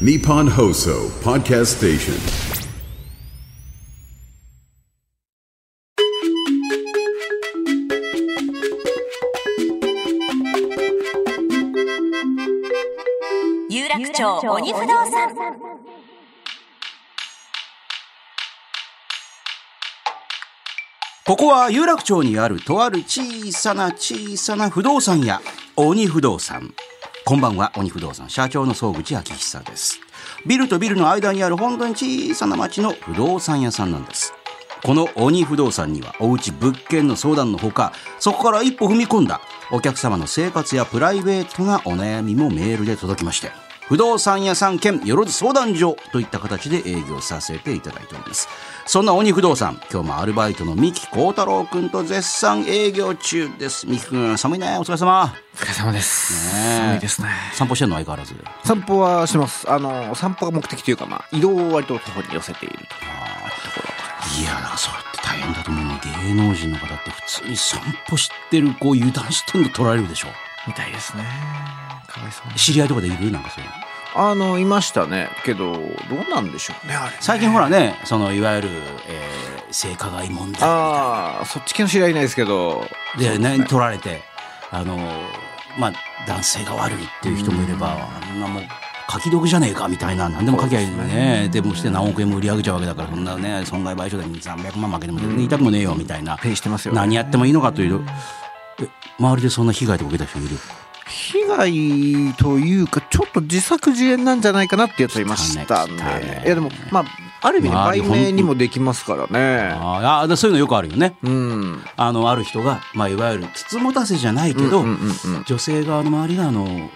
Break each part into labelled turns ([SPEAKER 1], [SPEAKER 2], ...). [SPEAKER 1] Nippon Hoso Podcast Station.
[SPEAKER 2] 有楽町鬼不動産
[SPEAKER 3] ここは有楽町にあるとある小さな小さな不動産屋、鬼不動産。こんばんは、鬼不動産社長の総口明久です。ビルとビルの間にある本当に小さな町の不動産屋さんなんです。この鬼不動産にはおうち物件の相談のほか、そこから一歩踏み込んだお客様の生活やプライベートなお悩みもメールで届きまして、不動産屋さん兼よろず相談所といった形で営業させていただいております。そんな鬼不動産、今日もアルバイトの三木幸太郎くんと絶賛営業中です。三木くん、寒いね。お疲れ様。
[SPEAKER 4] お疲れ様です。
[SPEAKER 3] ねえ
[SPEAKER 4] 寒いですね。
[SPEAKER 3] 散歩してんの相変わらず。
[SPEAKER 4] 散歩はします。あの、散歩が目的というか、まあ、移動を割と徒歩に寄せていると。
[SPEAKER 3] いや、だからそれって大変だと思うの。芸能人の方って普通に散歩してる、こう油断してんの取られるでしょ。
[SPEAKER 4] みたいですね。かわいそうに
[SPEAKER 3] 知り合いとかでいるなんかそういうの
[SPEAKER 4] あの、いましたね。けど、どうなんでしょうね、あれ。
[SPEAKER 3] 最近ほらね、そのいわゆる、えー性加害問題みたいな
[SPEAKER 4] ああ、そっち系の知り合いいないですけど。
[SPEAKER 3] で、ね取られて、あの、まあ、男性が悪いっていう人もいれば、あんなもう、書き得じゃねえかみたいな、何でも書きゃいいのにね。でもして何億円も売り上げちゃうわけだから、そんなね、損害賠償で300万負けても全然痛くもねえよ、みたいな。
[SPEAKER 4] ペイしてますよね
[SPEAKER 3] 何やってもいいのかという。え周りでそんな被害とか受けた人いる
[SPEAKER 4] 被害というか、ちょっと自作自演なんじゃないかなってやついました
[SPEAKER 3] 来たね来たね
[SPEAKER 4] ね。いや、でも、まあ、ある意味ね、
[SPEAKER 3] 周り
[SPEAKER 4] 売
[SPEAKER 3] ほんと
[SPEAKER 4] 名にもできますからね。
[SPEAKER 3] あーあー、だそういうのよくあるよね。
[SPEAKER 4] うん。
[SPEAKER 3] あの、ある人が、まあ、いわゆる、つつもたせじゃないけど、
[SPEAKER 4] うんうんうんうん
[SPEAKER 3] 女性側の周りが、あの、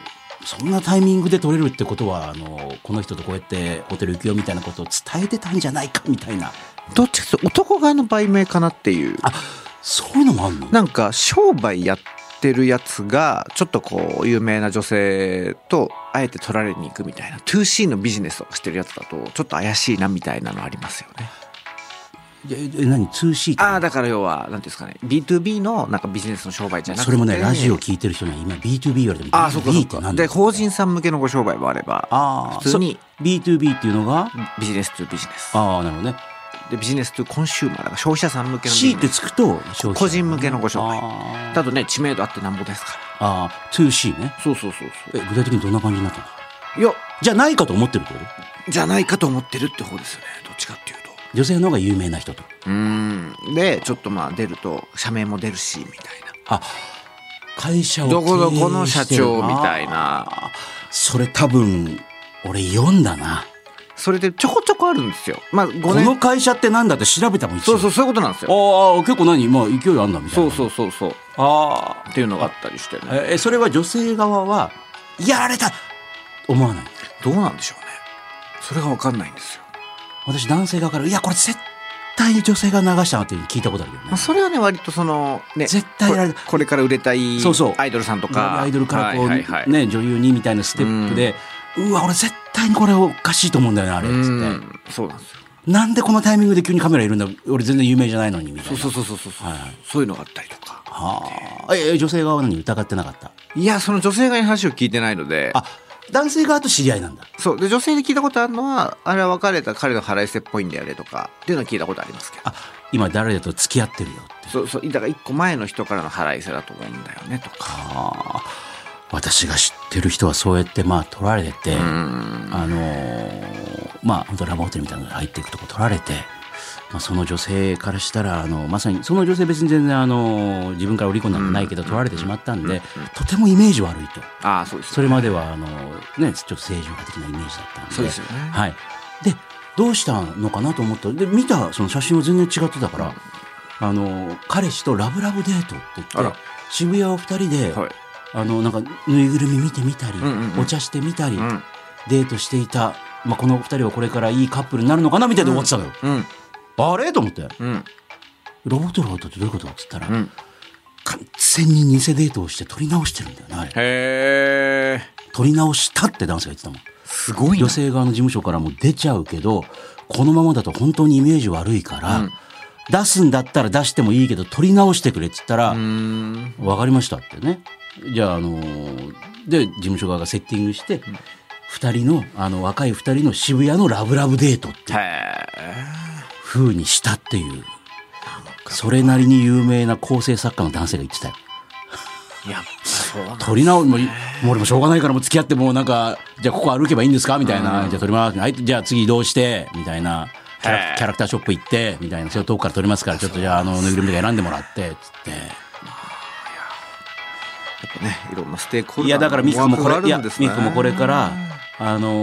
[SPEAKER 3] そんなタイミングで取れるってことは、あの、この人とこうやってホテル行くよみたいなことを伝えてたんじゃないか、みたいな。
[SPEAKER 4] どっちかというと男側の売名かなっていう。
[SPEAKER 3] あ、そういうのもあるの
[SPEAKER 4] なんか商売やってるやつがちょっとこう有名な女性とあえて取られに行くみたいな 2C のビジネスをしてるやつだとちょっと怪しいなみたいなのありますよね。
[SPEAKER 3] え、え何 ?2C って
[SPEAKER 4] ああだから要は何ていうんですかね B2B のなんかビジネスの商売じゃなくて
[SPEAKER 3] それもね、ラジオ聞いてる人には今 B2B 言われても、
[SPEAKER 4] ああそうかそ
[SPEAKER 3] B
[SPEAKER 4] う
[SPEAKER 3] って
[SPEAKER 4] か
[SPEAKER 3] 何
[SPEAKER 4] で
[SPEAKER 3] だ
[SPEAKER 4] 法人さん向けのご商売もあれば
[SPEAKER 3] ああ、
[SPEAKER 4] 普通に
[SPEAKER 3] そ B2B っていうのが、
[SPEAKER 4] ビジネスとビジネス
[SPEAKER 3] ああ、なるほどね。
[SPEAKER 4] でビジネスとコンシューマーだから消費者さん向けのビ
[SPEAKER 3] C
[SPEAKER 4] ジ
[SPEAKER 3] っ
[SPEAKER 4] ネ
[SPEAKER 3] て
[SPEAKER 4] ス
[SPEAKER 3] つくと、消費者
[SPEAKER 4] 個人向けのご商売
[SPEAKER 3] あー
[SPEAKER 4] だとね知名度あってなんぼですから
[SPEAKER 3] あー、2C ね。
[SPEAKER 4] そうそうそうそ
[SPEAKER 3] え、具体的にどんな感じになったの
[SPEAKER 4] ういや
[SPEAKER 3] じゃないかと思ってるってこと
[SPEAKER 4] じゃないかと思ってるって方ですよねどっちかっていうと
[SPEAKER 3] 女性の方が有名な人と。
[SPEAKER 4] うんでちょっとまあ出ると社名も出るしみたい
[SPEAKER 3] あ会社を
[SPEAKER 4] などこどこの社
[SPEAKER 3] 経営してる
[SPEAKER 4] 長みたいな
[SPEAKER 3] あそれ多分俺読んだな
[SPEAKER 4] それでちょこちょこあるんですよまあ
[SPEAKER 3] こ
[SPEAKER 4] 5
[SPEAKER 3] の
[SPEAKER 4] 年
[SPEAKER 3] 会社ってなんだって調べたもん一
[SPEAKER 4] そ
[SPEAKER 3] 応
[SPEAKER 4] うそうそういうことなんですよ
[SPEAKER 3] ああ結構何まあ勢いあんだみたいな
[SPEAKER 4] そうそうそうそう
[SPEAKER 3] あ
[SPEAKER 4] っていうのがあったりして
[SPEAKER 3] あ
[SPEAKER 4] ね
[SPEAKER 3] えそれは女性側はやられた思わない
[SPEAKER 4] どうなんでしょうねそれが分かんないんですよ、
[SPEAKER 3] 私男性側からいやこれ絶対女性が流したなっていうの聞いたことあるよね
[SPEAKER 4] まあ、それはね割とそのね
[SPEAKER 3] 絶対
[SPEAKER 4] こ
[SPEAKER 3] やられ
[SPEAKER 4] れ
[SPEAKER 3] た
[SPEAKER 4] これから売れたい
[SPEAKER 3] そうそう
[SPEAKER 4] アイドルさんとか
[SPEAKER 3] アイドルからこう、
[SPEAKER 4] はいはいはい
[SPEAKER 3] ね女優にみたいなステップで、うわ俺絶対にこれおかしいと思うんだよねあれ
[SPEAKER 4] う
[SPEAKER 3] っつって、
[SPEAKER 4] んそうなんですよ
[SPEAKER 3] なんでこのタイミングで急にカメラいるんだ俺全然有名じゃないのにみたい
[SPEAKER 4] そう
[SPEAKER 3] な
[SPEAKER 4] そうそうそうそう、
[SPEAKER 3] はいはい
[SPEAKER 4] そういうのがあったりとか
[SPEAKER 3] はあええ女性側は何疑ってなかった
[SPEAKER 4] いやその女性側に話を聞いてないので
[SPEAKER 3] あ男性側と知り合いなんだ
[SPEAKER 4] そう。で、女性に聞いたことあるのは、あれは別れた彼の腹いせっぽいんだよねとか、っていうのは聞いたことありますけど。
[SPEAKER 3] あ今誰だと付き合ってるよって
[SPEAKER 4] そうそう。だから一個前の人からの腹いせだと思うんだよねとか。
[SPEAKER 3] ああ私が知ってる人はそうやってまあ取られて、
[SPEAKER 4] うん。
[SPEAKER 3] あのーまあ本当ラブホテルみたいなのに入っていくとこ取られて、まあ、その女性からしたらあのまさにその女性別に全然あの自分から織り込んだんじゃないけど取られてしまったんでとてもイメージ悪いと。
[SPEAKER 4] ああ、そうです
[SPEAKER 3] そ
[SPEAKER 4] よね。
[SPEAKER 3] れまではあの、ね、ちょっと正常化的なイメージだったんで
[SPEAKER 4] そうですよね
[SPEAKER 3] はい、でどうしたのかなと思ったで見たその写真は全然違ってたから、あの彼氏とラブラブデートって言
[SPEAKER 4] あ
[SPEAKER 3] っ
[SPEAKER 4] ら
[SPEAKER 3] て渋谷を二人で、
[SPEAKER 4] はい。
[SPEAKER 3] あのなんかぬいぐるみ見てみたり、
[SPEAKER 4] んうんうん
[SPEAKER 3] お茶してみたり、
[SPEAKER 4] うん。
[SPEAKER 3] デートしていた、まあ、この二人はこれからいいカップルになるのかなみたいな思ってたのよ、
[SPEAKER 4] うん。
[SPEAKER 3] あれと思って
[SPEAKER 4] うん。
[SPEAKER 3] ロボットロボットってどういうことっつったら、
[SPEAKER 4] うん。
[SPEAKER 3] 完全に偽デートをして撮り直してるんだよなあれ
[SPEAKER 4] へえ。
[SPEAKER 3] 撮り直したって男性が言ってたもん
[SPEAKER 4] すごいな
[SPEAKER 3] 女。性側の事務所からも出ちゃうけど、このままだと本当にイメージ悪いから、
[SPEAKER 4] うん
[SPEAKER 3] 出すんだったら出してもいいけど、取り直してくれって言ったら、
[SPEAKER 4] う
[SPEAKER 3] わ、
[SPEAKER 4] ん。
[SPEAKER 3] かりましたってね。じゃあ、あのーで、事務所側がセッティングして、二人の、あの、若い二人の渋谷のラブラブデートっていう風にしたっていう、それなりに有名な構成作家の男性が言ってたよ。
[SPEAKER 4] いやそうなんだ
[SPEAKER 3] 取り直もういもう俺もしょうがないからもう付き合ってもうなんかじゃあここ歩けばいいんですかみたいな、じゃあ取りますはいじゃあ次移動してみたいなキャラキャラクターショップ行ってみたいなそういうとこから取りますからちょっとじゃああのぬいぐるみとか選んでもらってつって
[SPEAKER 4] ねいろんなステークホル
[SPEAKER 3] い
[SPEAKER 4] ダ
[SPEAKER 3] や
[SPEAKER 4] ー
[SPEAKER 3] だからミクもこれいや
[SPEAKER 4] の思惑があるんですね
[SPEAKER 3] ミクもこれからあの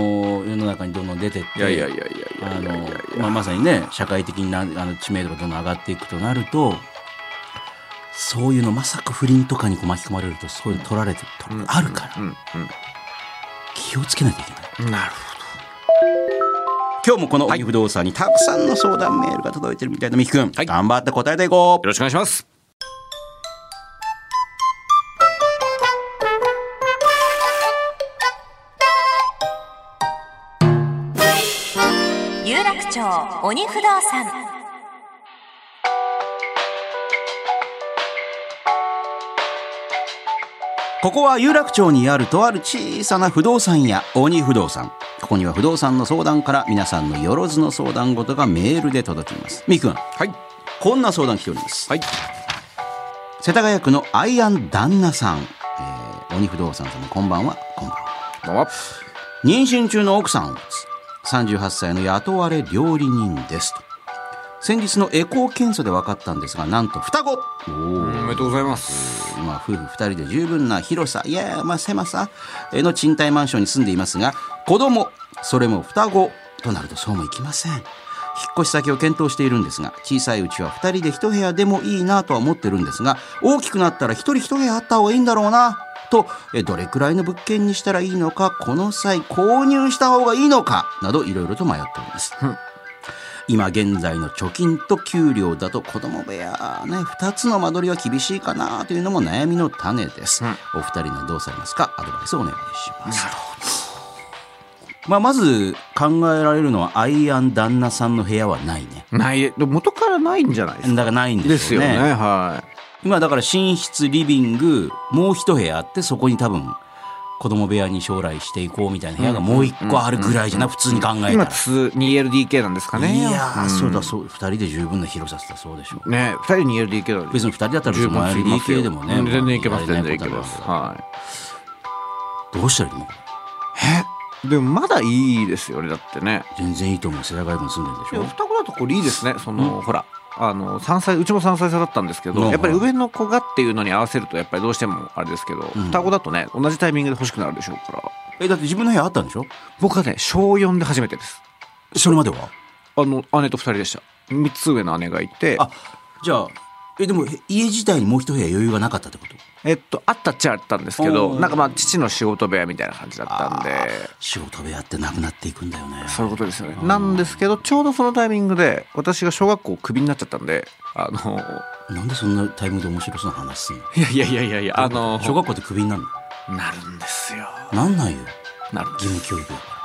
[SPEAKER 3] 世の中にどんどん出てって
[SPEAKER 4] いやいやいやいやいや
[SPEAKER 3] あ
[SPEAKER 4] いやいやい
[SPEAKER 3] の
[SPEAKER 4] や、
[SPEAKER 3] まあ、まさにね社会的になあの知名度がどんどん上がっていくとなるとそういうのまさか不倫とかにこう巻き込まれるとそういうの取られて取られあるから、
[SPEAKER 4] うん
[SPEAKER 3] 気をつけなきゃいけない。
[SPEAKER 4] うんなるほ
[SPEAKER 3] 今日もこの鬼不動産にたくさんの相談メールが届いてるみたいなみきくん、頑張って答えていこ
[SPEAKER 4] どよろしくお願いします
[SPEAKER 2] 有楽町鬼不動産
[SPEAKER 3] うここは有楽町にあるとある小さな不動産屋鬼不動産ここには不動産の相談から皆さんのよろずの相談事がメールで届きますみきくん
[SPEAKER 4] はい
[SPEAKER 3] こんな相談来ております
[SPEAKER 4] はい
[SPEAKER 3] 世田谷区のアイアン旦那さん、えー、鬼不動産様こんばんはこんばんは
[SPEAKER 4] こんばんは
[SPEAKER 3] 妊娠中の奥さんを持つ38歳の雇われ料理人ですと先日のエコー検査で分かったんですがなんと双子
[SPEAKER 4] おめでとうございます
[SPEAKER 3] まあ、夫婦2人で十分な広さいやまあ狭さえーの賃貸マンションに住んでいますが子供それも双子となるとそうもいきません引っ越し先を検討しているんですが小さいうちは2人で1部屋でもいいなとは思ってるんですが大きくなったら1人1部屋あった方がいいんだろうなとえーどれくらいの物件にしたらいいのかこの際購入した方がいいのかなどいろいろと迷っております。今現在の貯金と給料だと子供部屋ね2つの間取りは厳しいかなというのも悩みの種です、お二人はどうされますかアドバイスをお願いしますなるほど、まあ、まず考えられるのはアイアン旦那さんの部屋はないね
[SPEAKER 4] ないでも元からないんじゃないです
[SPEAKER 3] だ
[SPEAKER 4] か
[SPEAKER 3] からないん
[SPEAKER 4] で
[SPEAKER 3] です
[SPEAKER 4] す
[SPEAKER 3] よ
[SPEAKER 4] よ
[SPEAKER 3] ね
[SPEAKER 4] ねはい
[SPEAKER 3] 今だから寝室リビングもう一部屋あってそこに多分子供部屋に将来していこうみたいな部屋がもう一個あるぐらいじゃない普通に考えた
[SPEAKER 4] 今
[SPEAKER 3] ら
[SPEAKER 4] 2LDK なんですかね
[SPEAKER 3] いやーそうだそう二人で十分な広さだそうでしょう
[SPEAKER 4] ね二人 2LDK だ
[SPEAKER 3] 別に二人だったら別
[SPEAKER 4] 十
[SPEAKER 3] に
[SPEAKER 4] 分すぎま
[SPEAKER 3] LDK
[SPEAKER 4] すよ
[SPEAKER 3] でもね
[SPEAKER 4] うん全然いけます
[SPEAKER 3] まあ
[SPEAKER 4] 全然いけます
[SPEAKER 3] やれないことは
[SPEAKER 4] は
[SPEAKER 3] どうしたらいいと思う
[SPEAKER 4] いでもまだいいですよねだってね
[SPEAKER 3] 全然いいと思う世田谷区に住んでるで
[SPEAKER 4] い
[SPEAKER 3] し
[SPEAKER 4] や
[SPEAKER 3] ょ
[SPEAKER 4] 双子だとこれいいですねその、ほらあの3歳うちも3歳差だったんですけど、
[SPEAKER 3] うん
[SPEAKER 4] やっぱり上の子がっていうのに合わせるとやっぱりどうしてもあれですけど、双子だとね同じタイミングで欲しくなるでしょうから
[SPEAKER 3] えだって自分の部屋あったんでしょ
[SPEAKER 4] 僕はね小4で初めてです
[SPEAKER 3] それまでは
[SPEAKER 4] あの姉と2人でした3つ上の姉がいて
[SPEAKER 3] あじゃあえでもへ家自体にもう一部屋余裕がなかったってこと
[SPEAKER 4] えっとあったっちゃあったんですけ
[SPEAKER 3] お
[SPEAKER 4] ど
[SPEAKER 3] ー
[SPEAKER 4] なんかまあ父の仕事部屋みたいな感じだったんで
[SPEAKER 3] 仕事部屋ってなくなっていくんだよね
[SPEAKER 4] そういうことですよね。なんですけどちょうどそのタイミングで私が小学校をクビになっちゃったんであの
[SPEAKER 3] なんでそんなタイミングで面白そうな話すんの
[SPEAKER 4] いやいやいやいやいやあの
[SPEAKER 3] 小学校ってクビになる
[SPEAKER 4] なるんですよ。
[SPEAKER 3] のなんないよ
[SPEAKER 4] なるんです
[SPEAKER 3] 義務教育だか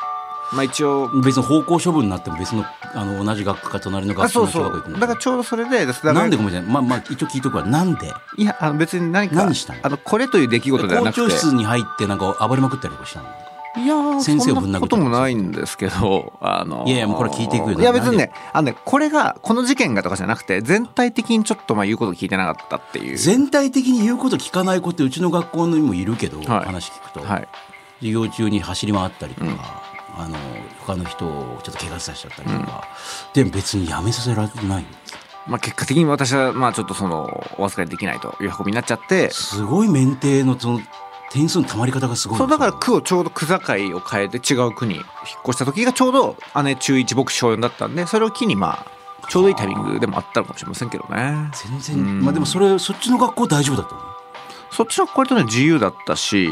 [SPEAKER 4] まあ一応
[SPEAKER 3] ら別に方向処分になっても別のあの同じ学科か隣の
[SPEAKER 4] あ
[SPEAKER 3] 学科
[SPEAKER 4] そう
[SPEAKER 3] の
[SPEAKER 4] そ
[SPEAKER 3] 小学校行く
[SPEAKER 4] う
[SPEAKER 3] の
[SPEAKER 4] だからちょうどそれでですだから
[SPEAKER 3] なんでごめんなさいまあまあ一応聞いとくわなんで
[SPEAKER 4] いやあの別に何か
[SPEAKER 3] 何したの
[SPEAKER 4] あのこれという出来事では
[SPEAKER 3] 校
[SPEAKER 4] なくて
[SPEAKER 3] 長室に入ってなんか暴れまくったりとかしたの
[SPEAKER 4] いやー
[SPEAKER 3] 先生をぶん殴
[SPEAKER 4] そん
[SPEAKER 3] っ
[SPEAKER 4] な
[SPEAKER 3] た
[SPEAKER 4] こ
[SPEAKER 3] りとか
[SPEAKER 4] ともないんですけどあの
[SPEAKER 3] いやいやもうこれ聞いていくよ
[SPEAKER 4] いや別にねあのねこれがこの事件がとかじゃなくて全体的にちょっとまあ言うこと聞いてなかったっていう
[SPEAKER 3] 全体的に言うこと聞かない子ってうちの学校にもいるけど、
[SPEAKER 4] はい
[SPEAKER 3] 話聞くと、
[SPEAKER 4] はい
[SPEAKER 3] 授業中に走り回ったりとか、あの他の人をちょっと怪我させちゃったりとか、でも別にやめさせられてないよ
[SPEAKER 4] まあ、結果的に私はまあちょっとそのお預かりできないという運びになっちゃって
[SPEAKER 3] すごい免停のその点数のたまり方がすごい
[SPEAKER 4] そうだから区をちょうど区境を変えて違う区に引っ越した時がちょうど姉中1僕小4だったんでそれを機にまあちょうどいいタイミングでもあったのかもしれませんけどね
[SPEAKER 3] 全然まあでもそれそっちの学校大丈夫だったの
[SPEAKER 4] そっちは割とね自由だったし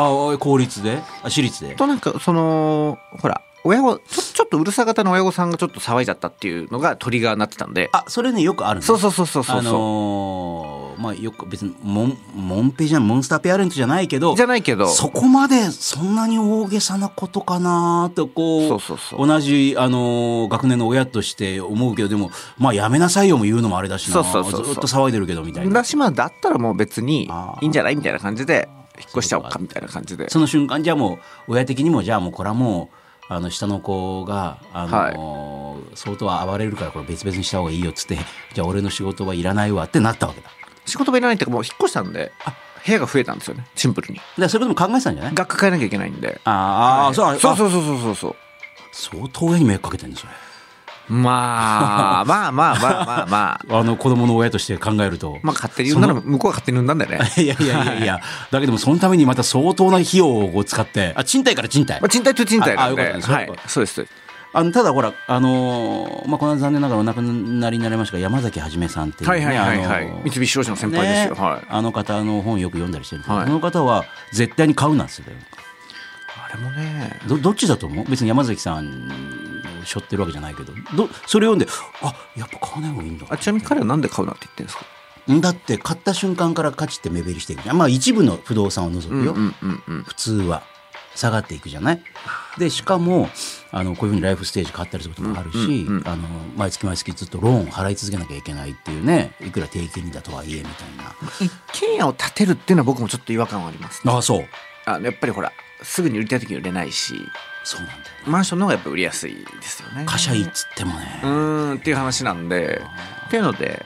[SPEAKER 3] ああ公立であ私立で
[SPEAKER 4] となんかそのほら親御ちょちょっとうるさ型の親御さんがちょっと騒いじゃったっていうのがトリガーになってたんで
[SPEAKER 3] あそれねよくあるね
[SPEAKER 4] そうそうそうそうそう、
[SPEAKER 3] あのーまあよく別にモンモンペじゃんモンスターペアレントじゃないけど
[SPEAKER 4] じゃないけど
[SPEAKER 3] そこまでそんなに大げさなことかなとこう
[SPEAKER 4] そうそうそう
[SPEAKER 3] 同じ、あのー学年の親として思うけどでもまあやめなさいよも言うのもあれだしな
[SPEAKER 4] そうそうそうそう
[SPEAKER 3] ずっと騒いでるけどみたいな
[SPEAKER 4] だしまあだったらもう別にいいんじゃないみたいな感じで引っ越しちゃおうかみたいな感じで
[SPEAKER 3] その瞬間じゃあもう親的にもじゃあもうこれはもうあの下の子があの、相当暴れるからこれ別々にした方がいいよっつってじゃあ俺の仕事はいらないわってなったわけだ。だか
[SPEAKER 4] 仕事もいらないっていうかもう引っ越したんで部屋が増えたんですよねシンプルに
[SPEAKER 3] らそういうことも考えてたんじゃない
[SPEAKER 4] 学科変えなきゃいけないんで
[SPEAKER 3] あーあー、そうあ
[SPEAKER 4] そう
[SPEAKER 3] う
[SPEAKER 4] そうそうそうそうそう
[SPEAKER 3] 相当親に迷惑かけてるんですよ
[SPEAKER 4] まあまあまあまあまあま あ
[SPEAKER 3] あの子供の親として考えると。
[SPEAKER 4] まあ勝手に産んだの向こうが勝手に産んだんだよね
[SPEAKER 3] いやいやいやいや、だけどもそのためにまた相当な費用を使って、あ、賃貸から賃貸
[SPEAKER 4] まあ。賃貸と賃貸なんで
[SPEAKER 3] ああよかったです
[SPEAKER 4] は
[SPEAKER 3] よ
[SPEAKER 4] い
[SPEAKER 3] かった
[SPEAKER 4] そうですそうです
[SPEAKER 3] あのただほら、あのーまあ、この間残念ながらお亡くなりになりましたが、山崎はじめさんっていう、ね。
[SPEAKER 4] はいはいはいはい
[SPEAKER 3] あのー
[SPEAKER 4] 三菱商事の先輩ですよ
[SPEAKER 3] ね
[SPEAKER 4] はい
[SPEAKER 3] あの方の本よく読んだりしてるんですけど、
[SPEAKER 4] はい
[SPEAKER 3] その方は絶対に買うなんですよ。
[SPEAKER 4] あれもね
[SPEAKER 3] どどっちだと思う別に山崎さんを背負ってるわけじゃないけど、どそれ読んで、あやっぱ買わない方がいいんだ。
[SPEAKER 4] あちなみに彼はなんで買うなって言ってるんですか
[SPEAKER 3] だって買った瞬間から価値って目減りしていくじゃん。まあ一部の不動産を除くよ。
[SPEAKER 4] うんうんうん
[SPEAKER 3] 普通は下がっていくじゃないでしかもあのこういうふうにライフステージ変わったりすることもあるし、あの毎月毎月ずっとローンを払い続けなきゃいけないっていうねいくら定期金利だとはいえみたい
[SPEAKER 4] 一軒家を建てるっていうのは僕もちょっと違和感はありますね
[SPEAKER 3] なああそう
[SPEAKER 4] あのやっぱりほらすぐに売りたい時に売れないし
[SPEAKER 3] そうなんだよ
[SPEAKER 4] マンションの方がやっぱ売りやすいですよね
[SPEAKER 3] 貨車いいっつってもね
[SPEAKER 4] うーんっていう話なんでっていうので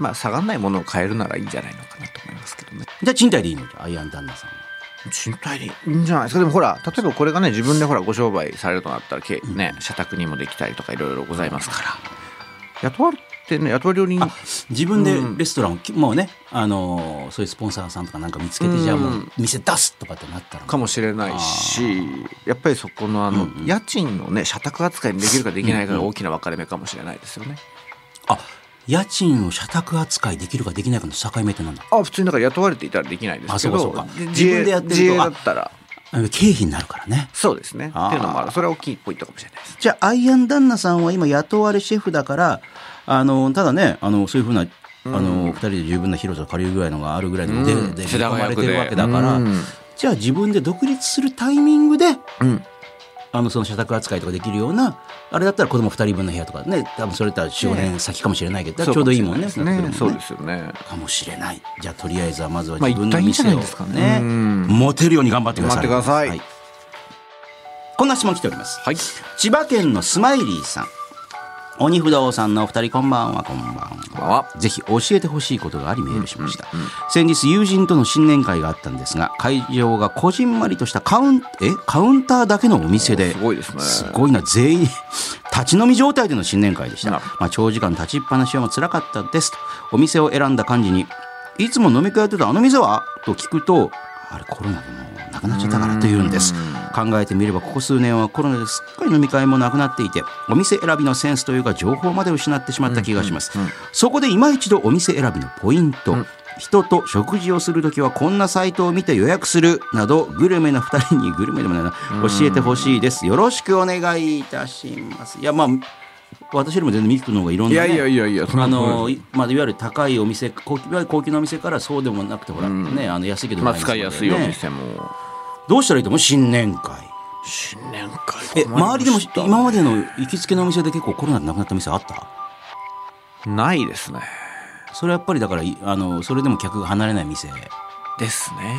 [SPEAKER 4] まあ下がらないものを買えるならいいんじゃないのかなと思いますけどね
[SPEAKER 3] じゃあ賃貸でいいのじゃあアイアン旦那さんは
[SPEAKER 4] 賃貸でいいんじゃないですかでもほら例えばこれがね自分でほらご商売されるとなったらけ、ね、社宅にもできたりとかいろいろございますから雇われてね雇われ料理人
[SPEAKER 3] 自分でレストランを、きもうねあのーそういうスポンサーさんとかなんか見つけて、
[SPEAKER 4] うん
[SPEAKER 3] じゃあもう店出すとかってなったら
[SPEAKER 4] かもしれないしやっぱりそこのあの、家賃のね社宅扱いにできるかできないかが大きな分かれ目かもしれないですよね。
[SPEAKER 3] あ家賃を社宅扱いできるかできないかの境目ってなんだ
[SPEAKER 4] あ普通にだから雇われていたらできないですけ
[SPEAKER 3] あそう
[SPEAKER 4] ど
[SPEAKER 3] かそうか
[SPEAKER 4] 自
[SPEAKER 3] 自分で
[SPEAKER 4] 分で
[SPEAKER 3] やっ
[SPEAKER 4] やってて
[SPEAKER 3] ると
[SPEAKER 4] るだったら
[SPEAKER 3] あの経費になるからね
[SPEAKER 4] そうですね
[SPEAKER 3] あー
[SPEAKER 4] っていうのもあるそれは大きいポイントかもしれないです。
[SPEAKER 3] じゃあアイアン旦那さんは今雇われシェフだからあのただねあのそういうふうなあの、二人で十分な広さを借りるぐらいのがあるぐらいので、
[SPEAKER 4] うん
[SPEAKER 3] で
[SPEAKER 4] 世田
[SPEAKER 3] 囲まれて
[SPEAKER 4] 谷区で
[SPEAKER 3] るわけだから、
[SPEAKER 4] うん
[SPEAKER 3] じゃあ自分で独立するタイミングで、
[SPEAKER 4] ん
[SPEAKER 3] あのその社宅扱いとかできるようなあれだったら子供二人分の部屋とかね多分それだったら45年先かもしれないけど、ちょうどいいもんね
[SPEAKER 4] そうかもしれないですねそう
[SPEAKER 3] なってくるもんね
[SPEAKER 4] ですよね。
[SPEAKER 3] かもしれないじゃあとりあえずはまずは
[SPEAKER 4] まあ
[SPEAKER 3] 自分の
[SPEAKER 4] 一旦いいんじ
[SPEAKER 3] 店
[SPEAKER 4] ゃ
[SPEAKER 3] を、
[SPEAKER 4] ないですかねうん
[SPEAKER 3] モテるように頑張ってください
[SPEAKER 4] 頑張ってください
[SPEAKER 3] こんな質問来ております
[SPEAKER 4] はい。
[SPEAKER 3] 千葉県のスマイリーさん鬼不動さんのお二人こんばんはこんばん
[SPEAKER 4] こん
[SPEAKER 3] は
[SPEAKER 4] ばんは
[SPEAKER 3] ぜひ教えてほしいことがありメールしました、先日友人との新年会があったんですが会場がこじんまりとしたカウンえカウンターだけのお店で
[SPEAKER 4] おすごいですね
[SPEAKER 3] すごいな全員立ち飲み状態での新年会でした、
[SPEAKER 4] な
[SPEAKER 3] ま
[SPEAKER 4] るほ
[SPEAKER 3] あ、長時間立ちっぱなしはもう辛かったですとお店を選んだ感じにいつも飲み会やってたあの店はと聞くとあれコロナでもうなくなっちゃったからというんです考えてみればここ数年はコロナですっかり飲み会もなくなっていてお店選びのセンスというか情報まで失ってしまった気がします、そこで今一度お店選びのポイント、人と食事をするときはこんなサイトを見て予約するなどグルメな2人にグルメでもないな教えてほしいですよろしくお願いいたしますいやまあ私よりも全然ミクの方がいろん
[SPEAKER 4] い
[SPEAKER 3] な、
[SPEAKER 4] や
[SPEAKER 3] ね、
[SPEAKER 4] いやいやいや。
[SPEAKER 3] あのいまあ、いわゆる高いお店高級いわゆる高級なお店からそうでもなくてほら、ね、あの安いけどう
[SPEAKER 4] ま
[SPEAKER 3] ま
[SPEAKER 4] あ使いやすい
[SPEAKER 3] 店
[SPEAKER 4] お
[SPEAKER 3] までね
[SPEAKER 4] 店も。
[SPEAKER 3] どうしたらいいと思う新年会
[SPEAKER 4] 新年会
[SPEAKER 3] え周りでも今ま
[SPEAKER 4] で
[SPEAKER 3] での行きつけのお店で結構コロナでなくなった店あった
[SPEAKER 4] ないですね。
[SPEAKER 3] それはやっぱりだからいあのそれでも客が離れない店
[SPEAKER 4] ですね。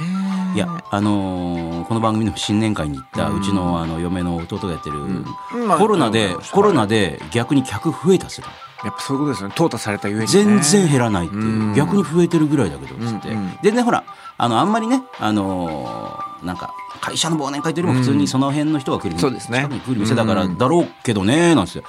[SPEAKER 3] いやあのーこの番組の新年会に行ったうちのあの嫁の弟がやってる、
[SPEAKER 4] まあ
[SPEAKER 3] コロナで、
[SPEAKER 4] うん
[SPEAKER 3] コロナで逆に客増えたっすよ
[SPEAKER 4] やっぱそういうことですよね。淘汰されたゆえにね。
[SPEAKER 3] 全然減らないっていう、
[SPEAKER 4] うん
[SPEAKER 3] 逆に増えてるぐらいだけどっつって、
[SPEAKER 4] うんうん
[SPEAKER 3] でねほらあのあんまりね、あのーなんか会社の忘年会というよりも普通にその辺の人が来る、
[SPEAKER 4] そうですね
[SPEAKER 3] 近くに来る店だからだろうけどねなんつって、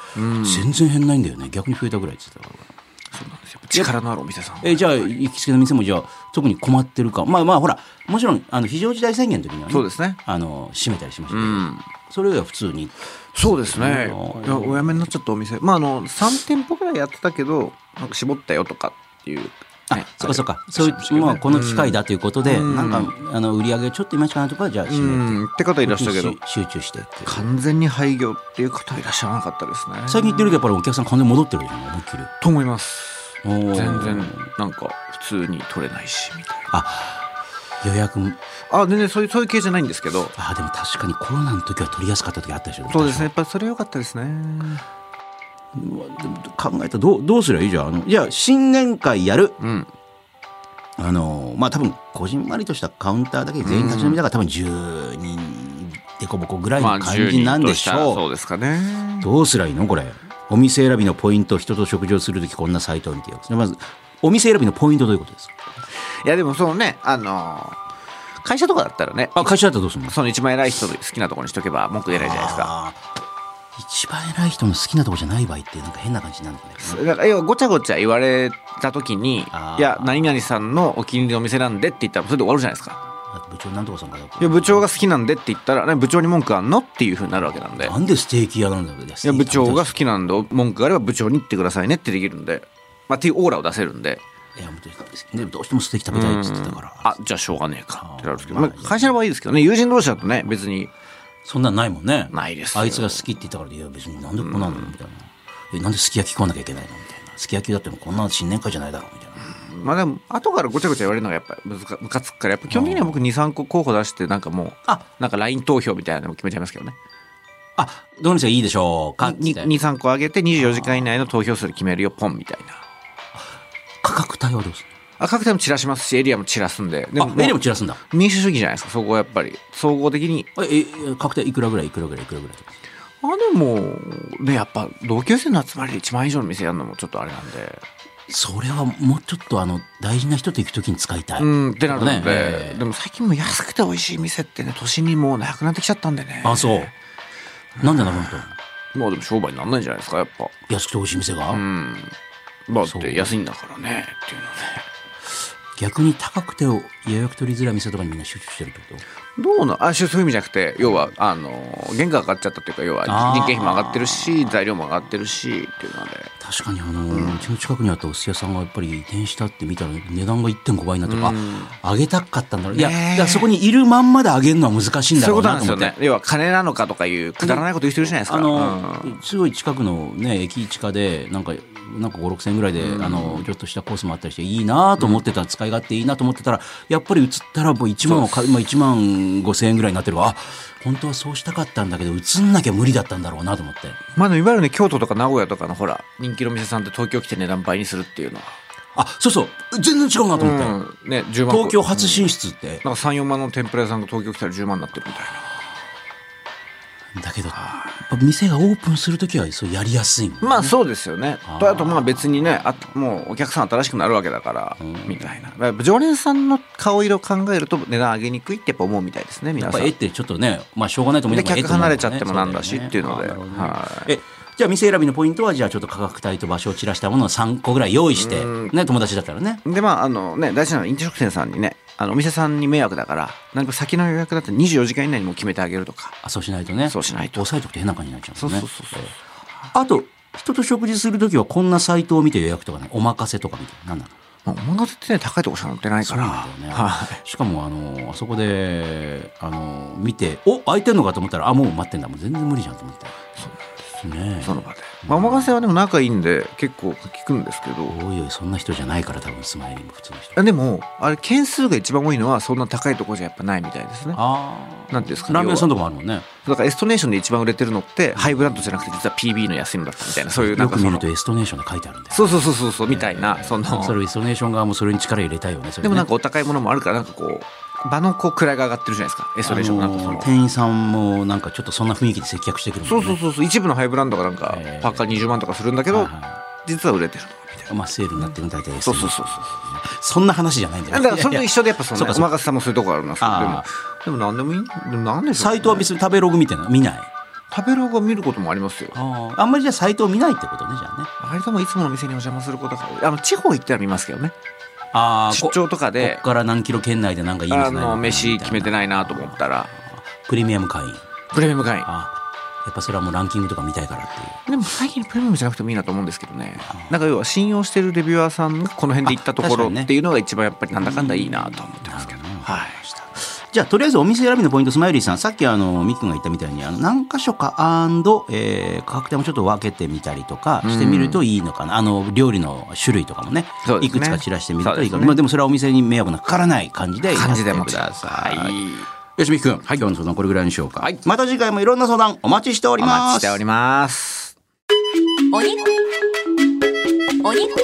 [SPEAKER 3] 全然減んないんだよね逆に増えたぐらいっつってたから
[SPEAKER 4] そうなんですよ。力のあるお店さん。
[SPEAKER 3] えじゃあ行きつけの店もじゃあ特に困ってるかまあまあほらもちろんあの非常事態宣言の時にはね
[SPEAKER 4] そうですね
[SPEAKER 3] あの閉めたりしましたけ
[SPEAKER 4] う
[SPEAKER 3] ど、
[SPEAKER 4] ん。
[SPEAKER 3] それ以外は普通に
[SPEAKER 4] そうですね。
[SPEAKER 3] うん
[SPEAKER 4] いやお辞めになっちゃったお店。まああの3店舗ぐらいやってたけど、なんか絞ったよとかっていう。
[SPEAKER 3] あ、
[SPEAKER 4] ね
[SPEAKER 3] そうかそう
[SPEAKER 4] あ
[SPEAKER 3] か
[SPEAKER 4] れ
[SPEAKER 3] そうい
[SPEAKER 4] ありまし
[SPEAKER 3] う
[SPEAKER 4] たよね
[SPEAKER 3] まあこの機会だということで、
[SPEAKER 4] うん
[SPEAKER 3] なんかあの売り上げちょっといまいちかなとかじゃあ閉
[SPEAKER 4] う
[SPEAKER 3] めて、
[SPEAKER 4] ん。って方いらっしゃるけど
[SPEAKER 3] こ、っちに集集中してっていう
[SPEAKER 4] 完全に廃業っていう方はいらっしゃらなかったですね。
[SPEAKER 3] 最近言ってるけどやっぱりお客さん完全に戻ってるじゃん思いっきり
[SPEAKER 4] と思います。
[SPEAKER 3] おー
[SPEAKER 4] 全然なんか普通に取れないしみたいな。
[SPEAKER 3] 予約も
[SPEAKER 4] あ全然そういうそういう系じゃないんですけど。
[SPEAKER 3] あーでも確かにコロナの時は取りやすかった時あったでしょ
[SPEAKER 4] そうですね。やっぱりそれ良かったですね。
[SPEAKER 3] でも考えたらどうどうすりゃいいじゃんあのじゃあ新年会やる
[SPEAKER 4] うん。
[SPEAKER 3] あのまあ多分こじんまりとしたカウンターだけで全員立ち飲みだから多分10人でこぼこぐらい
[SPEAKER 4] ま
[SPEAKER 3] の
[SPEAKER 4] あ
[SPEAKER 3] 感
[SPEAKER 4] 10
[SPEAKER 3] じな
[SPEAKER 4] 人
[SPEAKER 3] ん
[SPEAKER 4] と
[SPEAKER 3] で
[SPEAKER 4] し
[SPEAKER 3] した
[SPEAKER 4] ら
[SPEAKER 3] ょ
[SPEAKER 4] そう
[SPEAKER 3] う。
[SPEAKER 4] ですかね
[SPEAKER 3] どうすりゃいいのこれ。お店選びのポイント人と食事をするときこんなサイトを見てよ。まずお店選びのポイントどういうことですか
[SPEAKER 4] いやでもそのねあの会社とかだったらね
[SPEAKER 3] あ会社だったらどうするの
[SPEAKER 4] その一番偉い人の好きなところにしとけば文句出ないじゃないですか
[SPEAKER 3] あー一番偉い人の好きなとこじゃない場合ってなんか変な感じになるんだよね。
[SPEAKER 4] だから要はごちゃごちゃ言われた時に
[SPEAKER 3] あ
[SPEAKER 4] 「
[SPEAKER 3] ー
[SPEAKER 4] いや何々さんのお気に入りのお店なんで」って言ったらそれで終わるじゃないですか
[SPEAKER 3] 部長なんとかさんから
[SPEAKER 4] いや部長が好きなんでって言ったら、ね、部長に文句あんのっていうふうになるわけなんで
[SPEAKER 3] なんでステーキ屋なんだよ。
[SPEAKER 4] いや部長が好きなんで文句があれば部長に言ってくださいねってできるんで、まあ、っていうオーラを出せるんで
[SPEAKER 3] いや本当にでもどうしてもステーキ食べたいって言ってたから。
[SPEAKER 4] あじゃあしょうがねえかってなるんですけど、
[SPEAKER 3] ま
[SPEAKER 4] ま
[SPEAKER 3] あ
[SPEAKER 4] あ、会社の場合いいですけどね友人同士だとね別に
[SPEAKER 3] そんなんないもんね。
[SPEAKER 4] ないですよ
[SPEAKER 3] あいつが好きって言ったからで、いや別になんでこんなんだろうみたいな。え、なんですき焼き食わなきゃいけないのみたいな。すき焼きだってもこんな新年会じゃないだろうみたいな。
[SPEAKER 4] まあでも後からごちゃごちゃ言われるのがやっぱむずかむかつくからやっぱ基本的には僕23個候補出してなんかもう
[SPEAKER 3] あ
[SPEAKER 4] なんか LINE 投票みたいなのも決めちゃいますけどね
[SPEAKER 3] あ、どの店がいいでしょうかっつって
[SPEAKER 4] 23個上げて24時間以内の投票数決めるよポンみたいな
[SPEAKER 3] 価格帯はどうする
[SPEAKER 4] あ各店も散らしますしエリアも散らすんでで
[SPEAKER 3] のあ、メニューも
[SPEAKER 4] も
[SPEAKER 3] 散らすんだ。
[SPEAKER 4] う民主主義じゃないですかそこはやっぱり総合的に
[SPEAKER 3] え、え、確定いくらぐらいいくらぐらいいくらぐらい
[SPEAKER 4] あでもねやっぱ同級生の集まりで1万以上の店やるのもちょっとあれなんで
[SPEAKER 3] それはもうちょっとあの、大事な人と行くときに使いたい。
[SPEAKER 4] うんってなるんで、
[SPEAKER 3] ねええ
[SPEAKER 4] でも最近も安くて美味しい店ってね都心にもうなくなってきちゃったんでね
[SPEAKER 3] あ、そう。なんでなくなったの
[SPEAKER 4] まあでも商売になんないんじゃないですかやっぱ
[SPEAKER 3] 安くて美味しい店が、
[SPEAKER 4] うんまあだっ
[SPEAKER 3] そう
[SPEAKER 4] て安いんだからねっていうのはね
[SPEAKER 3] 逆に高くて予約取りづらい店とかにみんな集中してるってこと
[SPEAKER 4] どうなあそういう意味じゃなくて要はあの原価が上がっちゃったっていうか要は
[SPEAKER 3] あー
[SPEAKER 4] 人件費も上がってるし材料も上がってるしっていうので
[SPEAKER 3] 確かにあの、うちの近くにあったお寿司屋さんがやっぱり移転したって見たら値段が1.5倍になってる、あ上げたかったんだろう、いや
[SPEAKER 4] ねえ
[SPEAKER 3] だからそこにいるまんまで上げるのは難しいんだ
[SPEAKER 4] そういう
[SPEAKER 3] ろ
[SPEAKER 4] こ
[SPEAKER 3] う
[SPEAKER 4] となん
[SPEAKER 3] な
[SPEAKER 4] で
[SPEAKER 3] と思
[SPEAKER 4] すよ
[SPEAKER 3] って
[SPEAKER 4] ね。要は金なのかとかいうくだらないこと言ってるじゃないですか。
[SPEAKER 3] あの
[SPEAKER 4] うん
[SPEAKER 3] すごい近くの、ね、駅地下でなんかなんか5 6千円ぐらいで、あのちょっとしたコースもあったりしていいなと思ってた、使い勝手いいなと思ってたらやっぱり移ったらもう1万をか、まあ、1万5千円ぐらいになってるわあ本当はそうしたかったんだけど移んなきゃ無理だったんだろうなと思って
[SPEAKER 4] まあでもいわゆるね京都とか名古屋とかのほら人気の店さんって東京来て値段倍にするっていうのは、
[SPEAKER 3] あそうそう全然違うなと思って、
[SPEAKER 4] うん、ね10万個
[SPEAKER 3] 東京初進出って。
[SPEAKER 4] なんか34万の天ぷら屋さんが東京来たら10万になってるみたい
[SPEAKER 3] だけど、やっぱ店がオープンするときはそうやりやすいもん、
[SPEAKER 4] なまあそうですよねとあとまあ別にねあともうお客さん新しくなるわけだから、みたいなだから常連さんの顔色を考えると値段上げにくいってやっぱ思うみたいですね
[SPEAKER 3] や
[SPEAKER 4] 皆
[SPEAKER 3] っ
[SPEAKER 4] さ
[SPEAKER 3] ぱ
[SPEAKER 4] ん
[SPEAKER 3] 絵ってちょっとね、まあしょうがないと思いながら
[SPEAKER 4] で
[SPEAKER 3] 絵と思うもんね
[SPEAKER 4] 客離れちゃってもなんだしっていうので
[SPEAKER 3] そうだよね
[SPEAKER 4] は
[SPEAKER 3] えじゃあ店選びのポイントはじゃあちょっと価格帯と場所を散らしたものを3個ぐらい用意して、ね、友達だったらね
[SPEAKER 4] でまああのね大事なのは飲食店さんにねあのお店さんに迷惑だから何か先の予約だって24時間以内にもう決めてあげるとか
[SPEAKER 3] あそうしないとね
[SPEAKER 4] そうしないと
[SPEAKER 3] 抑えとくと変な感じになっちゃう
[SPEAKER 4] そ
[SPEAKER 3] も
[SPEAKER 4] うんそ
[SPEAKER 3] ね
[SPEAKER 4] うそうそう、
[SPEAKER 3] あと人と食事するときはこんなサイトを見て予約とかねお任せとか見てなんなの
[SPEAKER 4] まあ、おまかせってね高いとこしか載ってない
[SPEAKER 3] そう
[SPEAKER 4] から
[SPEAKER 3] なんだよね、
[SPEAKER 4] はい
[SPEAKER 3] しかもあのあそこであの見てお空いてんのかと思ったらあもう待ってんだもう全然無理じゃんと思ってねえ
[SPEAKER 4] その場で、まあ、おまかせはでも仲いいんで結構聞くんですけど
[SPEAKER 3] おいおいそんな人じゃないから多分スマイリング普通の人
[SPEAKER 4] あでもあれ件数が一番多いのはそんな高いとこじゃやっぱないみたいですね
[SPEAKER 3] あ
[SPEAKER 4] なんていうんですか
[SPEAKER 3] ラーメン屋さん
[SPEAKER 4] 要
[SPEAKER 3] とかもあるもんね
[SPEAKER 4] はだからエストネーションで一番売れてるのってハイブランドじゃなくて実は PB の安いのだったみたいなそういうな
[SPEAKER 3] よ
[SPEAKER 4] んか
[SPEAKER 3] く
[SPEAKER 4] そ
[SPEAKER 3] 見る
[SPEAKER 4] の
[SPEAKER 3] とエストネーションで書いてあるんだよ
[SPEAKER 4] そうそうそうそうそうみたいな、その
[SPEAKER 3] それエストネーション側もそれに力入れたいよねそれね
[SPEAKER 4] でもなんかお高いものもあるからなんかこう場のこう位が上がってるじゃないですかエストレーション
[SPEAKER 3] あ
[SPEAKER 4] な
[SPEAKER 3] の
[SPEAKER 4] んかその
[SPEAKER 3] 店員さんもなんかちょっとそんな雰囲気で接客してくるもん
[SPEAKER 4] そ
[SPEAKER 3] ね
[SPEAKER 4] うそうそうそう一部のハイブランドがなんか
[SPEAKER 3] えー
[SPEAKER 4] パーカー20万とかするんだけど、
[SPEAKER 3] はいは
[SPEAKER 4] 実は売れてるのみたいな
[SPEAKER 3] まあセールになってるの大体
[SPEAKER 4] そうそうそう
[SPEAKER 3] う
[SPEAKER 4] そ
[SPEAKER 3] そんな話じゃないんだよ
[SPEAKER 4] うだからそれと一緒でやっぱその
[SPEAKER 3] そうか
[SPEAKER 4] ね
[SPEAKER 3] そう
[SPEAKER 4] お
[SPEAKER 3] か
[SPEAKER 4] まかせさんもそういうとこがありますけどでも
[SPEAKER 3] あ
[SPEAKER 4] でも何でもいいでもなんでしょう
[SPEAKER 3] サイトは別に食べログ見てない見ない
[SPEAKER 4] 食べログを見ることもありますよ
[SPEAKER 3] ああんまりじゃあサイトを見ないってことねじゃあね
[SPEAKER 4] 割ともいつもの店にお邪魔することが多いあの地方行ったら見ますけどね
[SPEAKER 3] あ
[SPEAKER 4] 出張とかで
[SPEAKER 3] こっから何キロ圏内でなんかいい
[SPEAKER 4] あ
[SPEAKER 3] 店ない
[SPEAKER 4] の飯決めて
[SPEAKER 3] い
[SPEAKER 4] ないなと思ったら
[SPEAKER 3] プレミアム会員
[SPEAKER 4] プレミアム会員
[SPEAKER 3] あやっぱそれはもうランキングとか見たいからっていう
[SPEAKER 4] でも最近プレミアムじゃなくてもいいなと思うんですけどねなんか要は信用してるレビュアーさんがこの辺で行ったとこ
[SPEAKER 3] あ確か
[SPEAKER 4] ろ
[SPEAKER 3] にね
[SPEAKER 4] っていうのが一番やっぱりなんだかんだいいなと思ってますけど、はい
[SPEAKER 3] じゃあとりあえずお店選びのポイントスマイリーさんさっきあのミキ君が言ったみたいにあの何箇所かアンド、えー、価格帯もちょっと分けてみたりとかしてみるといいのかな、あの料理の種類とかもね
[SPEAKER 4] そうで
[SPEAKER 3] い
[SPEAKER 4] すね
[SPEAKER 3] くつか散らしてみるといいかも
[SPEAKER 4] そうですね
[SPEAKER 3] まあ、でもそれはお店に迷惑のかからない感じでやって
[SPEAKER 4] 感じでも
[SPEAKER 3] ください。
[SPEAKER 4] はい
[SPEAKER 3] よしみき君、今日の相談これぐらいにしようか、また次回もいろんな相談お待ちしており
[SPEAKER 4] お
[SPEAKER 3] ます。
[SPEAKER 4] 待ちしております
[SPEAKER 2] お肉お肉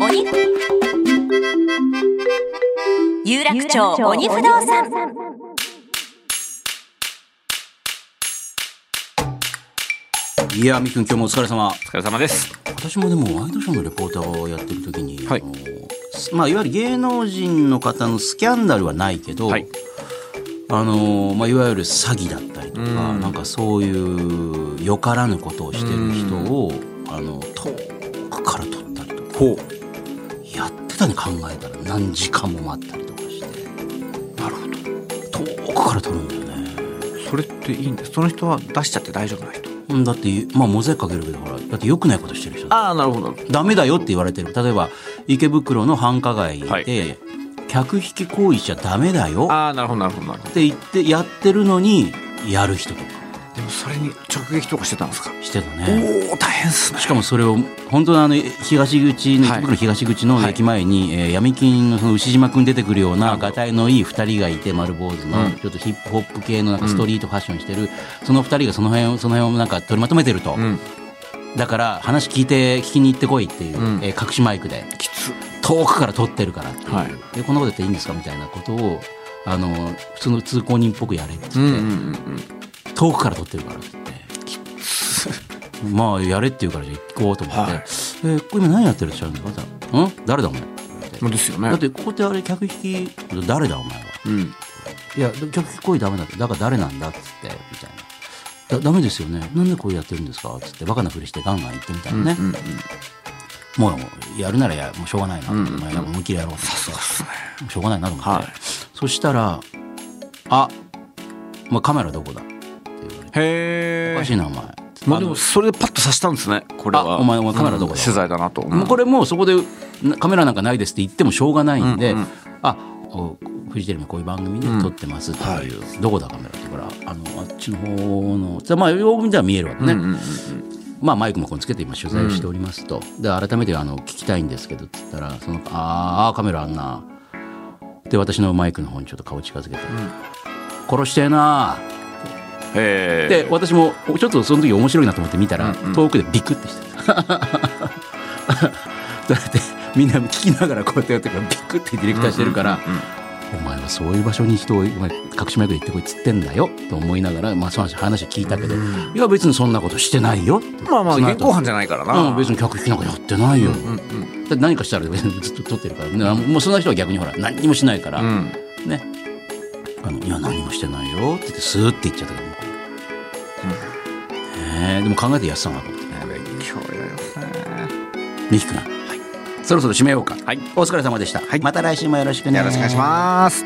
[SPEAKER 2] お肉有楽町鬼不動産
[SPEAKER 3] いやみっくん今日もお疲れ様
[SPEAKER 4] お疲れ様です。
[SPEAKER 3] 私もでもワイドショーのレポーターをやってる時に、
[SPEAKER 4] はい
[SPEAKER 3] あのまあ、いわゆる芸能人の方のスキャンダルはないけど、
[SPEAKER 4] はいい
[SPEAKER 3] あのまあ、いわゆる詐欺だったりとか、なんかそういうよからぬことをしてる人を、あの遠くから撮ったりとか、やってたね考えたら何時間も待ったりとかしてなるほど遠くから撮るんだよね
[SPEAKER 4] それっていいんです。その人は出しちゃって大丈夫な人。
[SPEAKER 3] うんだって、まあ、モザイクかけるけどほらだって良くないことしてる人だ
[SPEAKER 4] ああ、なるほど。
[SPEAKER 3] ダメだよって言われてる例えば池袋の繁華街で、
[SPEAKER 4] はい
[SPEAKER 3] 客引き行為しちゃダメだよっ
[SPEAKER 4] ああ、なるほど、なるほど、なるほど。
[SPEAKER 3] て言ってやってるのにやる人とか
[SPEAKER 4] でもそれに直撃とかしてたんですか。
[SPEAKER 3] してたね
[SPEAKER 4] おお、大変っすね。
[SPEAKER 3] しかもそれを本当のあの東口の
[SPEAKER 4] はい
[SPEAKER 3] 池袋東口の駅前に、えー闇金のその牛島君出てくるようながたいのいい2人がいて丸坊主の、
[SPEAKER 4] うん
[SPEAKER 3] ちょっとヒップホップ系のなんかストリートファッションしてる、その2人がその辺をその辺をなんか取りまとめてると、
[SPEAKER 4] うん、
[SPEAKER 3] だから話聞いて聞きに行ってこいっていう、
[SPEAKER 4] うん
[SPEAKER 3] えー隠しマイクで
[SPEAKER 4] きつ。
[SPEAKER 3] 遠くから撮ってるからっていう、
[SPEAKER 4] はい
[SPEAKER 3] でこんなことやっていいんですかみたいなことをあの普通の通行人っぽくやれって言って、
[SPEAKER 4] うん、うん、うん、うん。
[SPEAKER 3] 遠くから撮ってるからって言って まあやれって言うからじゃあ行こうと思って「
[SPEAKER 4] はい
[SPEAKER 3] えーこれ今何やってるって言ったら「うん誰だお前」って
[SPEAKER 4] もうですよね。
[SPEAKER 3] だっ、てここってあれ客引き誰だお前は
[SPEAKER 4] うん。
[SPEAKER 3] いや客引き行為ダメだってだから誰なんだっつってみたいな。だダメですよねなんでこうやってるんですかっつってバカなふりしてガンガン行ってみたいなね、
[SPEAKER 4] うん、
[SPEAKER 3] もうやるならやもうしょうがないな、
[SPEAKER 4] うん
[SPEAKER 3] お前思いっきりやろうって言って
[SPEAKER 4] すね。
[SPEAKER 3] しょうがないなと思って、
[SPEAKER 4] はい
[SPEAKER 3] そしたら「あまあ、カメラどこだ?」って言われて「
[SPEAKER 4] へ
[SPEAKER 3] おかし
[SPEAKER 4] え。
[SPEAKER 3] いなお前」
[SPEAKER 4] まあ、でも、それでパッと刺したんですね。これ
[SPEAKER 3] あ
[SPEAKER 4] は。
[SPEAKER 3] お前お前カメラどこだ
[SPEAKER 4] 取材だなと。
[SPEAKER 3] もうこれもうそこでなカメラなんかないですって言ってもしょうがないんで「
[SPEAKER 4] うんうん
[SPEAKER 3] あおフジテレビのこういう番組で撮ってます」っていう、どこだカメラ?」って言うからあのあっちの方のじゃあまあよう見たら見えるわけね、
[SPEAKER 4] うん、うん、うん。
[SPEAKER 3] まあ、マイクもこうつけて今取材をしておりますと、で改めてあの聞きたいんですけどっつったら「そのあーあーカメラあんな」で私のマイクの方にちょっと顔近づけて「殺してえな」
[SPEAKER 4] へ
[SPEAKER 3] で
[SPEAKER 4] え。
[SPEAKER 3] 私もちょっとその時面白いなと思って見たら、遠くでビクってしてた だってみんな聞きながらこうやってやってるからビクってディレクターしてるから、お前はそういう場所に人をお前隠しマイクで行ってこいっつってんだよと思いながら、まあ、その話話は聞いたけど、いや別にそんなことしてないよって
[SPEAKER 4] まあ、まあ、
[SPEAKER 3] その
[SPEAKER 4] 現
[SPEAKER 3] 後
[SPEAKER 4] 行犯じゃないから
[SPEAKER 3] うん、
[SPEAKER 4] な。
[SPEAKER 3] 別に客引きなんかやってないよ、
[SPEAKER 4] うん、うん、
[SPEAKER 3] だって何かしたら 別にずっと撮ってるから、ねもうそんな人は逆にほら何にもしないから、
[SPEAKER 4] うん。
[SPEAKER 3] ねあの「いや何もしてないよ」って言ってスーって言っちゃったけど向こうねえでも考えてやってたなと思ってね
[SPEAKER 4] 勉強やよね。
[SPEAKER 3] 美樹君、そろそろ締めようか、
[SPEAKER 4] はい
[SPEAKER 3] お疲れ様でした、
[SPEAKER 4] はい
[SPEAKER 3] また来週もよろしくね
[SPEAKER 4] よろしくお願いします。